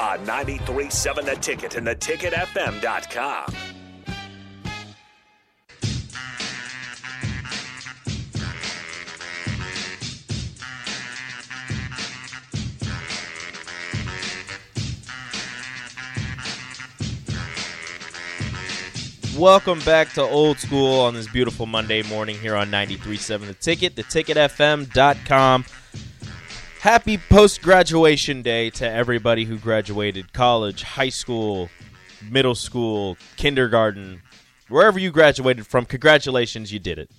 on 937 The Ticket and theticketfm.com. Welcome back to Old School on this beautiful Monday morning here on 93.7 The Ticket, theticketfm.com. Happy post graduation day to everybody who graduated college, high school, middle school, kindergarten, wherever you graduated from. Congratulations, you did it.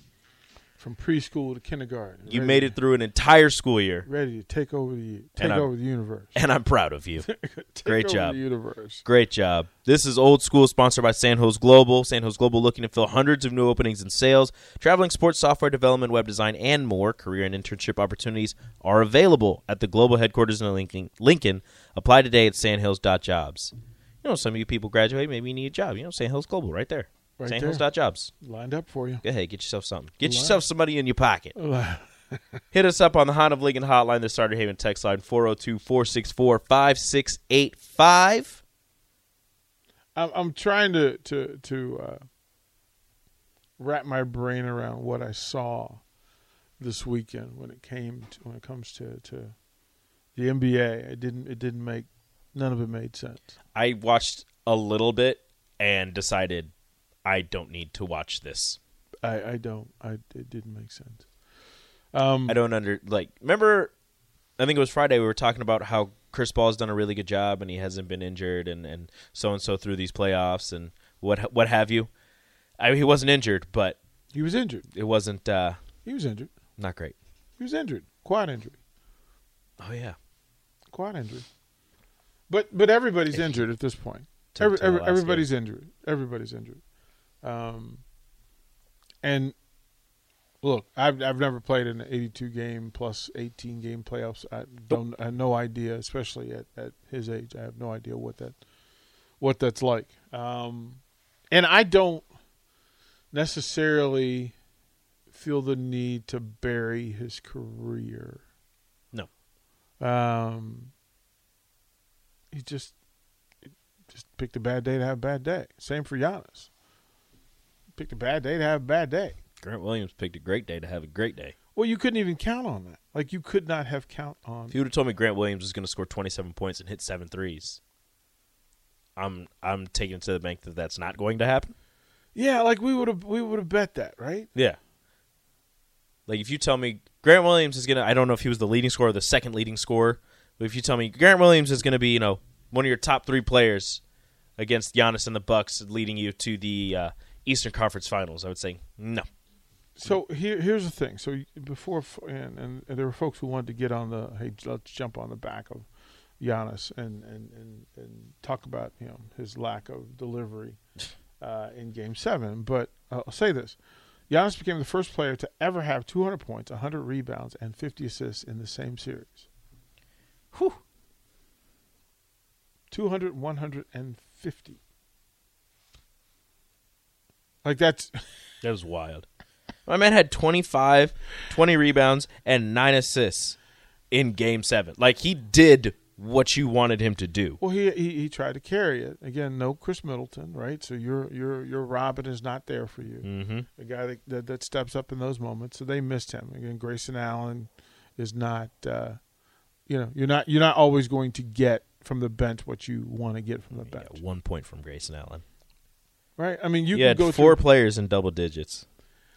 from preschool to kindergarten. You ready- made it through an entire school year, ready to take over the take I- over the universe. and I'm proud of you. Take Great over job. the universe. Great job. This is Old School, sponsored by San Jose Global. San Jose Global looking to fill hundreds of new openings in sales, traveling, sports, software development, web design, and more. Career and internship opportunities are available at the global headquarters in Lincoln. Lincoln. Apply today at sandhills.jobs. You know, some of you people graduate, maybe you need a job. You know, San Jose Global right there. Right there. Sandhills.jobs. Lined up for you. Go ahead, get yourself something. Get yourself somebody in your pocket. Li- Hit us up on the Honda of Lincoln hotline, the Starter Haven text line 402 464 5685. I'm, I'm trying to to to uh, wrap my brain around what I saw this weekend when it came to, when it comes to, to the NBA. It didn't it didn't make none of it made sense. I watched a little bit and decided I don't need to watch this. I, I don't. I it didn't make sense. I don't under like remember I think it was Friday we were talking about how Chris Ball's done a really good job and he hasn't been injured and and so and so through these playoffs and what what have you. I mean, he wasn't injured, but He was injured. it wasn't uh He was injured. not great. He was injured. Quad injury. Oh yeah. quad injury. But but everybody's injured at this point. To- Every, to the every- last everybody's injured. Everybody's injured. Um, and look, I've I've never played an 82 game plus 18 game playoffs. I don't. I have no idea, especially at at his age. I have no idea what that what that's like. Um, and I don't necessarily feel the need to bury his career. No. Um, he just just picked a bad day to have a bad day. Same for Giannis. Picked a bad day to have a bad day. Grant Williams picked a great day to have a great day. Well, you couldn't even count on that. Like you could not have count on. If you would have told me Grant Williams was going to score 27 points and hit seven threes, I'm I'm taking it to the bank that that's not going to happen. Yeah, like we would have we would have bet that, right? Yeah. Like if you tell me Grant Williams is gonna I don't know if he was the leading scorer or the second leading scorer, but if you tell me Grant Williams is gonna be, you know, one of your top three players against Giannis and the Bucks leading you to the uh, Eastern Conference Finals, I would say no. So here, here's the thing. So before, f- and, and, and there were folks who wanted to get on the hey, let's jump on the back of Giannis and and and, and talk about you know his lack of delivery uh, in Game Seven. But uh, I'll say this: Giannis became the first player to ever have 200 points, 100 rebounds, and 50 assists in the same series. Whew. 200, 150. Like that's That was wild. My man had 25, 20 rebounds, and nine assists in game seven. Like he did what you wanted him to do. Well, he, he he tried to carry it again. No Chris Middleton, right? So your your your Robin is not there for you. Mm-hmm. The guy that, that that steps up in those moments. So they missed him again. Grayson Allen is not. Uh, you know, you're not you're not always going to get from the bench what you want to get from the bench, Yeah, one point from Grayson Allen. right? I mean, you You can had go four through, players in double digits,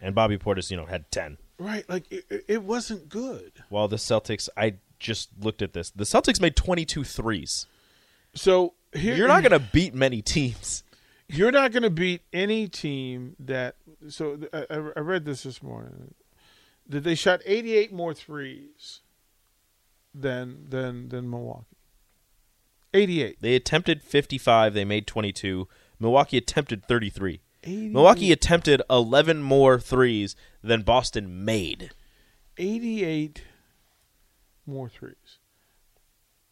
and Bobby Portis, you know, had ten. right? Like it, it- it wasn't good. While the Celtics, I just looked at this. The Celtics made 22 threes. So here You're not going to beat many teams. you're not going to beat any team that. So th- I, I- I read this this morning that they shot 88 more threes than than than Milwaukee. 88. They attempted 55. They made 22. Milwaukee attempted 33. Milwaukee attempted 11 more threes than Boston made. 88 more threes.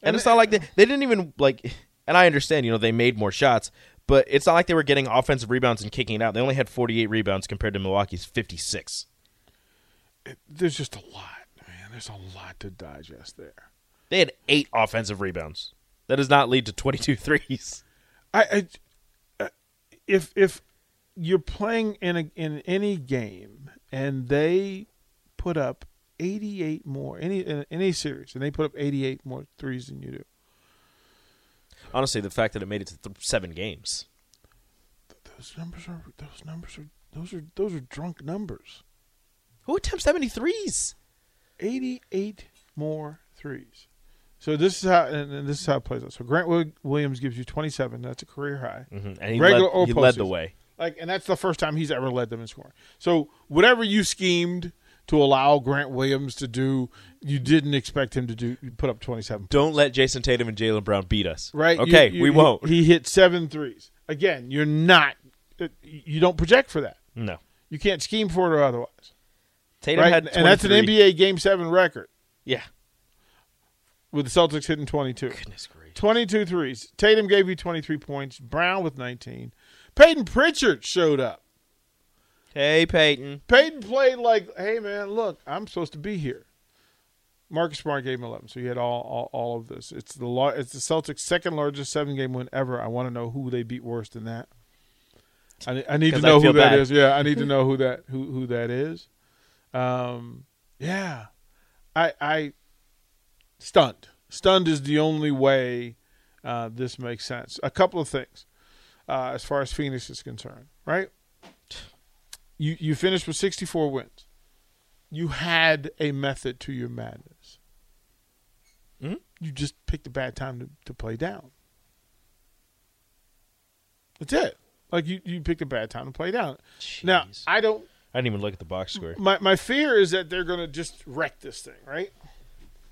And, it's not like they, they didn't even like and I understand, you know, they made more shots, but it's not like they were getting offensive rebounds and kicking it out. They only had 48 rebounds compared to Milwaukee's 56. There's just a lot, man. There's a lot to digest there. They had 8 offensive rebounds. That does not lead to 22 threes. I, I uh, if if you're playing in a, in any game and they put up 88 more any in any series and they put up 88 more threes than you do. Honestly, the fact that it made it to th- 7 games. Those numbers are those numbers are those are those are drunk numbers. Who attempts that many threes? 88 more threes. So this is how and, and this is how it plays out. So Grant Wi- Williams gives you 27. That's a career high. Mhm, And he Regular led, or he led the postseason. way. Like, and that's the first time he's ever led them in scoring. So whatever you schemed to allow Grant Williams to do, you didn't expect him to do put up twenty seven. Don't let Jason Tatum and Jalen Brown beat us. Right? You- Okay, you- we he- won't. He hit seven threes. Again, you're not. uh, You don't project for that. no. You can't scheme for it or otherwise. Tatum Right? had And that's an 23. NBA Game Seven record Yeah. with the Celtics hitting twenty two. Goodness gracious. 22 threes. Tatum gave you 23 points. Brown with 19. Peyton Pritchard showed up. Hey Peyton. Peyton played like, hey man, look, I'm supposed to be here. Marcus Smart gave him 11, so he had all all, all of this. It's the lar- it's the Celtics' second largest seven game win ever. I want to know who they beat worse than that. I, ne- I need to 'Cause I know who feel that bad. is. Yeah, I need to know who that who who that is. Um, yeah, I I stunned. Stunned is the only way uh, this makes sense. A couple of things uh, as far as Phoenix is concerned, right? You you finished with 64 wins. You had a method to your madness. Hmm? You just picked a bad time to, to play down. That's it. Like you, you picked a bad time to play down. Now Jeez. I don't. I didn't even look at the box score. My my fear is that they're gonna just wreck this thing, right?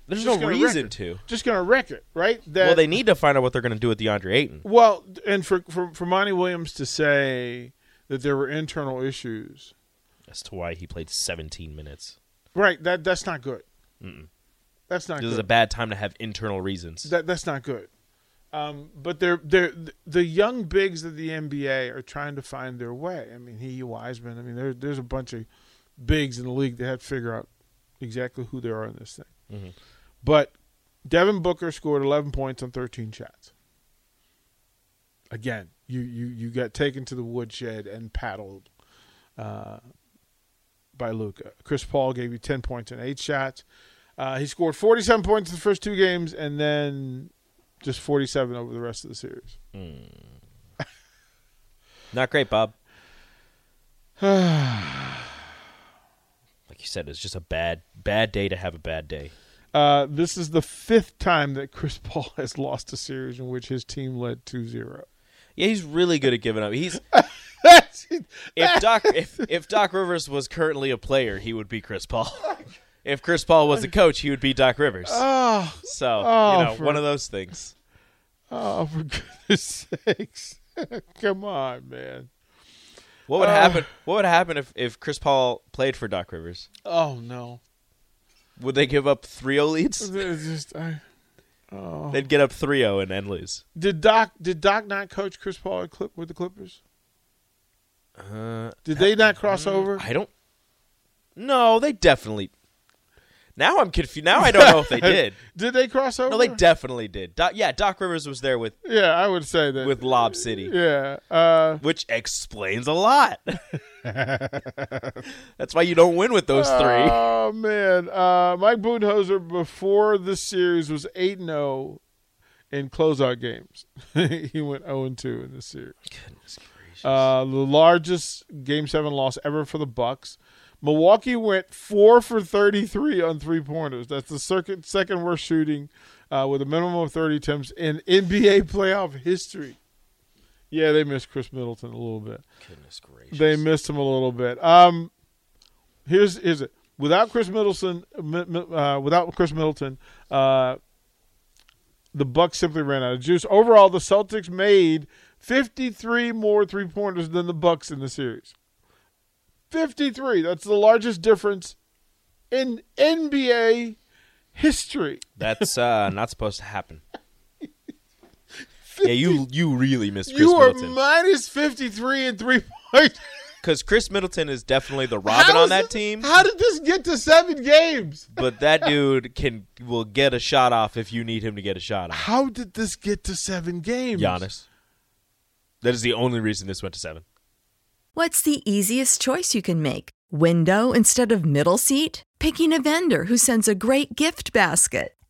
There's Just no gonna reason wreck it. to. Just gonna wreck it, right? That, Well, they need to find out what they're going to do with DeAndre Ayton. Well, and for for for Monty Williams to say that there were internal issues, As to why he played 17 minutes. right? That that's not good. That's not This good. is a bad time to have internal reasons. That that's not good. Um, but they're they're the young bigs of the NBA are trying to find their way. I mean, he Wiseman. I mean, there, there's a bunch of bigs in the league that had to figure out exactly who they are in this thing. But Devin Booker scored 11 points on 13 shots. Again, you you you got taken to the woodshed and paddled by Luca. Chris Paul gave you ten points and eight shots. Uh, he scored forty-seven points in the first two games, and then just forty-seven over the rest of the series. Not great, Bob. like you said, it's just a bad, bad day to have a bad day. Uh, this is the fifth time that Chris Paul has lost a series in which his team led 2-0. Yeah, he's really good at giving up. He's That's if Doc if, if Doc Rivers was currently a player, he would be Chris Paul. if Chris Paul was a coach, he would be Doc Rivers. oh, so oh, you know, for- one of those things. oh, for goodness sakes! Come on, man. What Oh. would happen? What would happen if if Chris Paul played for Doc Rivers? Oh no, Would they give up 3-0 leads? There's just I. Oh. They'd get up 3-0 and then lose. Did Doc did Doc not coach Chris Paul at Clip with the Clippers? did they not cross over? Uh, I don't. No, they definitely. Now I'm confused. Now I don't know if they did. Did they cross over? No, they definitely did. Doc, yeah, Doc Rivers was there with Yeah, I would say that. with Lob City, yeah, uh, which explains a lot. That's why you don't win with those three. oh Uh, man, uh, Mike Budenholzer before this series was eight and zero in closeout games. he went 0 2 in this series. Uh, the largest Game Seven loss ever for the Bucks. Milwaukee went four for thirty-three on three-pointers. That's the circuit second worst shooting uh, with a minimum of thirty attempts in NBA playoff history. Yeah, they missed Chris Middleton a little bit. Goodness gracious. They missed him a little bit. Um, here's here's it. Without Chris Middleton, mi- mi- uh, without Chris Middleton, uh, the Bucks simply ran out of juice. Overall, the Celtics made 53 more three pointers than the Bucks in the series. 53. That's the largest difference in NBA history. That's uh, not supposed to happen. yeah, you you really missed Chris you are Middleton minus 53 in three pointers. because Chris Middleton is definitely the Robin on that team. How did this get to seven games? But that dude can will get a shot off if you need him to get a shot off. How did this get to seven games? Giannis. That is the only reason this went to seven. What's the easiest choice you can make? Window instead of middle seat? Picking a vendor who sends a great gift basket?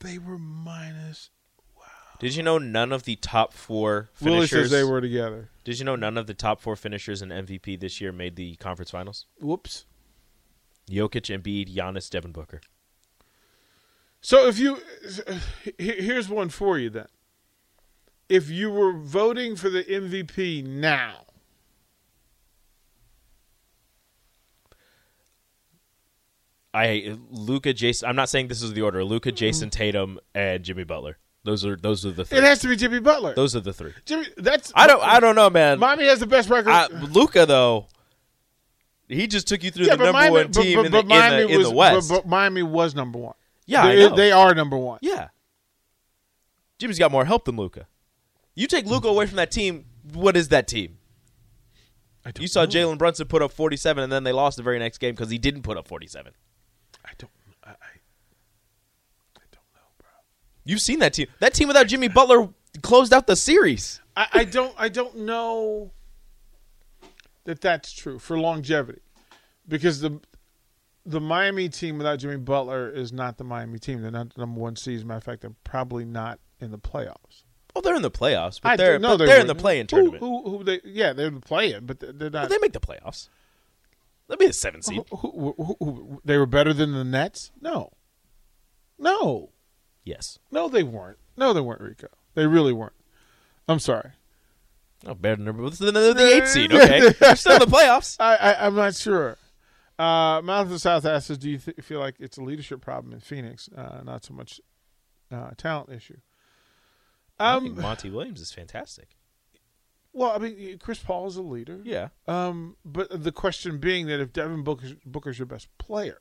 They were minus. Did you know none of the top four Willie finishers? says they were together. Did you know none of the top four finishers in MVP this year made the conference finals? Whoops. Jokic, Embiid, Giannis, Devin Booker. So if you, he- here's one for you then. If you were voting for the MVP now, I Luca, Jason. I'm not saying this is the order. Luca, Jason Tatum, and Jimmy Butler. Those are those are the three. Mm. it has to be Jimmy Butler. those are the three. Jimmy, that's I don't I don't know, man. Miami has the best record. Luca though, he just took you through the number one team in the, in the- in the was, West. But, but Miami was number one. yeah, they, I know. they are number one. yeah, Jimmy's got more help than Luca. You take Luca away from that team. What is that team? I don't You saw know. Jalen Brunson put up 47, and then they lost the very next game because he didn't put up 47. I don't. I, I- I don't know, bro. You've seen that team. That team without Jimmy Butler closed out the series. I, I don't I don't know that that's true for longevity because the the Miami team without Jimmy Butler is not the Miami team. They're not the number one seed. As a matter of fact, they're probably not in the playoffs. Oh, they're in the playoffs, but I they're don't know but they're in the wouldn't. play-in Who- tournament. Who, who, they? Yeah, they're in the play-in, but they're- they're But not. they make the playoffs. They'll be the seventh seed. who, who- who- who- they were better than the Nets. No, no, Yes. no, they weren't. No, they weren't, Rico. They really weren't. I'm sorry. Oh, better than number. Then they're the eighth seed. Okay, they're still in the playoffs. I, I I'm not sure. Uh, Mouth of the South asks, us, "Do you th- feel like it's a leadership problem in Phoenix, uh, not so much uh, talent issue?" I think Um, Monty Williams is fantastic. well, I mean, Chris Paul is a leader. Yeah. Um, but the question being that if Devin Booker Booker's your best player,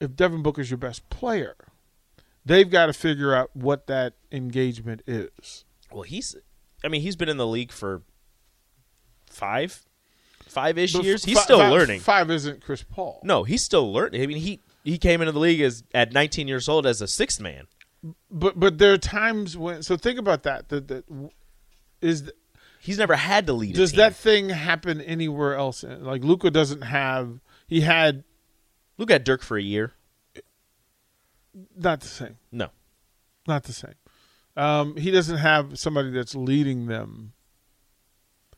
if Devin Booker's your best player, they've got to figure out what that engagement is. Well, he's. I mean, he's been in the league for five, five-ish But years. f- He's fi- still fi- learning. Five isn't Chris Paul. No, he's still learning. I mean, he he came into the league as at 19 years old as a sixth man. But but there are times when. So think about that. That that is. th- He's never had to lead. a Does team. that thing happen anywhere else? Like Luca doesn't have. He had look at Dirk for a year? not the same. No, Not the same. Um, he doesn't have somebody that's leading them.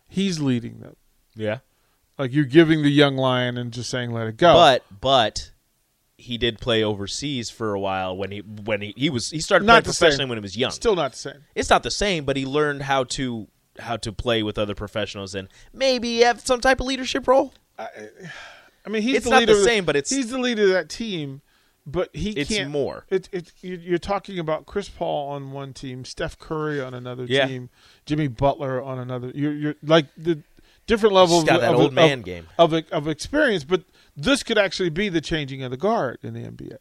He's leading them. yeah, Like you're giving the young lion and just saying let it go. but but he did play overseas for a while when he when he, he was he started Not playing the professionally same. when he was young. still not the same. it's not the same, but he learned how to how to play with other professionals and maybe have some type of leadership role. I- I, I mean, he's It's the not leader the of same, but it's- he's the leader of that team. But he It's can't more. It, it, you- you're talking about Chris Paul on one team, Steph Curry on another Yeah. team, Jimmy Butler on another. You're, you're like the different levels got of, that of- old of- man game. of of experience. But this could actually be the changing of the guard in the NBA.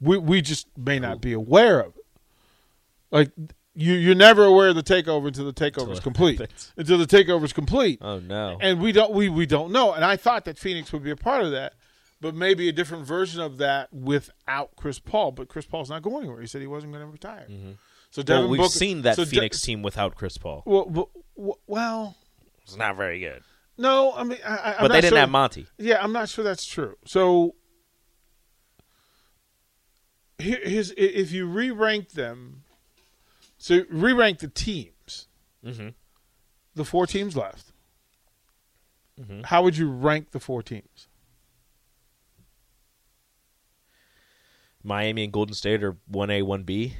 We we just may not be aware of it. Like you you're never aware of the takeover until the takeover is complete. happens. Until the takeover is complete. Oh, no. And we don't we we don't know. And I thought that Phoenix would be a part of that, but maybe a different version of that without Chris Paul. But Chris Paul's not going anywhere. He said he wasn't going to retire. So Devin Mm-hmm. Well, we've Booker- seen that so De- Phoenix team without Chris Paul. well, well, well, It's not very good. no, I mean, I, I, I'm But they not didn't sure- have Monty. Yeah, I'm not sure that's true. So here, here's i- if you re-rank them. So re-rank the teams. The four teams left. How would you rank the four teams? Miami and Golden State are one A, one B.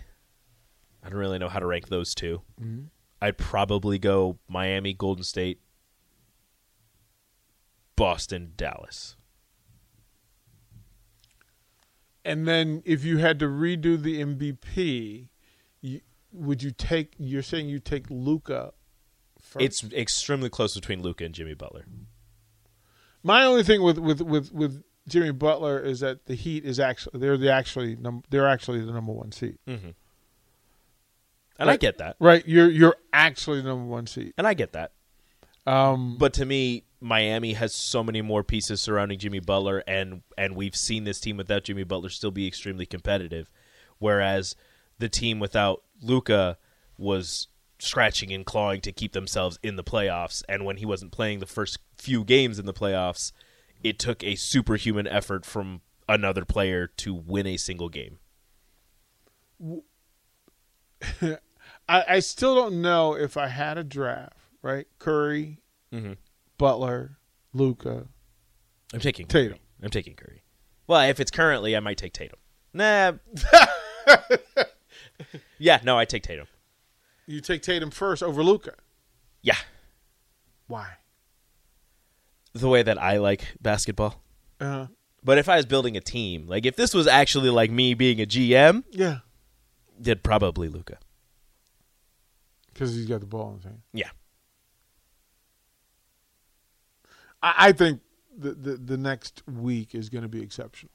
I don't really know how to rank those 2 i Mm-hmm. I'd probably go Miami, Golden State, Boston, Dallas. And then if you had to redo the MVP, you, would you take? You're saying you take Luca. First? It's extremely close between Luca and Jimmy Butler. My only thing with with with with Jimmy Butler is that the Heat is actually they're the actually num- they're actually the number one seed. And I get that. Right, you're you're actually the number one seed. And I get that. Um, But to me, Miami has so many more pieces surrounding Jimmy Butler, and and we've seen this team without Jimmy Butler still be extremely competitive, whereas the team without Luca was scratching and clawing to keep themselves in the playoffs. And when he wasn't playing the first few games in the playoffs, it took a superhuman effort from another player to win a single game. I, I still don't know if I had a draft. Right, Curry, Butler, Luca, I'm taking Tatum. Curry. I'm taking Curry. Well, if it's currently, I might take Tatum. Nah. yeah, no, I take Tatum. You take Tatum first over Luca. Yeah. Why? The way that I like basketball. Uh, But if I was building a team, like if this was actually like me being a GM, yeah, then probably Luca. because he's got the ball in his hand. Yeah. I, I think the, the the next week is going to be exceptional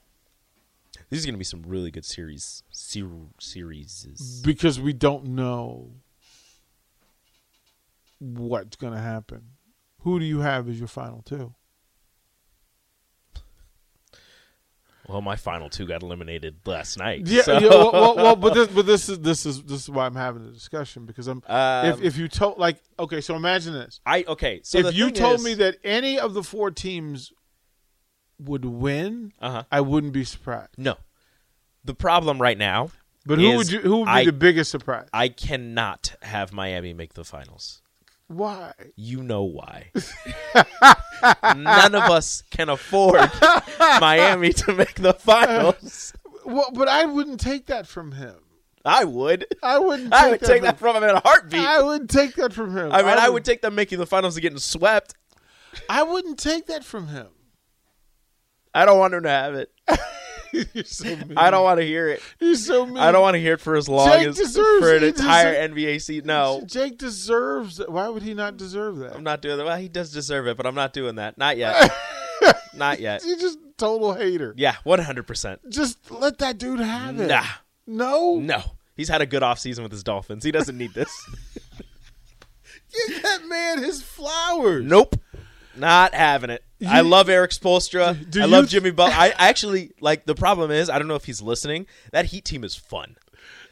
This is going to be some really good series. Ser- series. because we don't know what's going to happen. Who do you have as your final two? Well, my final two got eliminated last night. Yeah, so- yeah well, well, well, but this, but this is this is this is why I'm having the discussion because I'm if Um, if you told like okay, so imagine this. I okay. So the if you thing told is- me that any of the four teams would win, Uh-huh. I wouldn't be surprised. no, the problem right now. But who is would you who would be I- the biggest surprise? I cannot have Miami make the finals. why? You know why. None of us can afford Miami to make the finals. Well, but I wouldn't take that from him. I would. I wouldn't. Take I would take that from him in a heartbeat. I, I would take that from him. mean, I would take them making the finals and getting swept. I wouldn't take that from him. I don't want him to have it. You're so mean. I don't want to hear it. You're so mean. I don't want to hear it for as long Jake as deserves for it. an He entire deserves- NBA season. No, Jake deserves. That. Why would he not deserve that? I'm not doing that. Well, he does deserve it, but I'm not doing that. Not yet. not yet. He's just a total hater. Yeah, 100. percent Just let that dude have it. Nah, No. no. He's had a good offseason with his Dolphins. He doesn't need this. Give that man his flowers. Nope. Not having it. I love Eric Spolstra. Do I you love th- Jimmy Butler. I I actually like the problem is I don't know if he's listening. That Heat team is fun.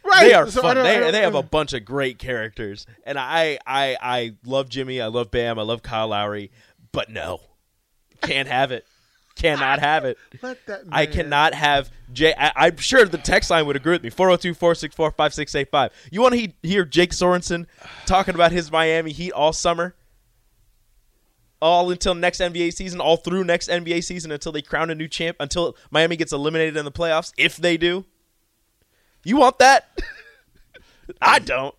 Right. They are So I fun. don't- I They, don't- they have a bunch of great characters, and I I I love Jimmy. I love Bam. I love Kyle Lowry. But no, can't have it. Cannot have it. Let that I man- cannot have Jay. I, I'm sure the text line would agree with me. 402-464-5685. You want to he- hear Jake Sorensen talking about his Miami Heat all summer? All until next NBA season, all through next NBA season until they crown a new champ, until Miami gets eliminated in the playoffs, if they do. You want that? I don't.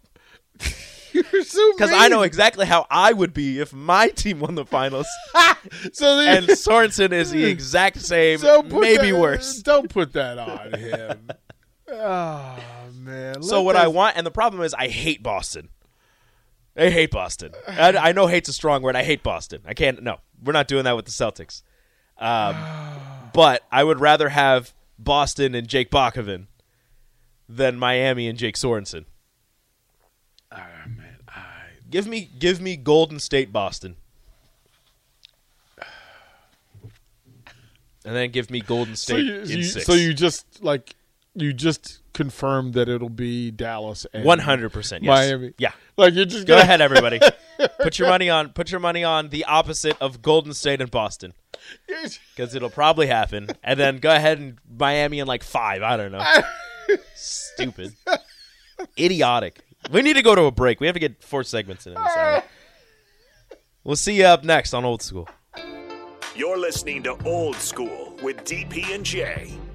You're so Because I know exactly how I would be if my team won the finals, So the, and Sorensen is the exact same, don't put maybe that- worse. Don't put that on him. oh man. So Let what that- I want, and the problem is, I hate Boston. I hate Boston. I, I know hate's a strong word. I hate Boston. I can't. No, we're not doing that with the Celtics. Um, but I would rather have Boston and Jake Bakovin than Miami and Jake Sorensen. Ah, man, I Give me, give me Golden State Boston, and then give me Golden State so you, in so you- six. so you just like you just confirmed that it'll be Dallas and one hundred percent, Miami. yeah. Like you're just Go gonna- ahead, everybody. put your money on. Put your money on the opposite of Golden State and Boston because it'll probably happen. And then go ahead and Miami in like five. I don't know. Stupid, idiotic. We need to go to a break. We have to get four segments in. This hour. We'll see you up next on Old School. You're listening to Old School with DP and J.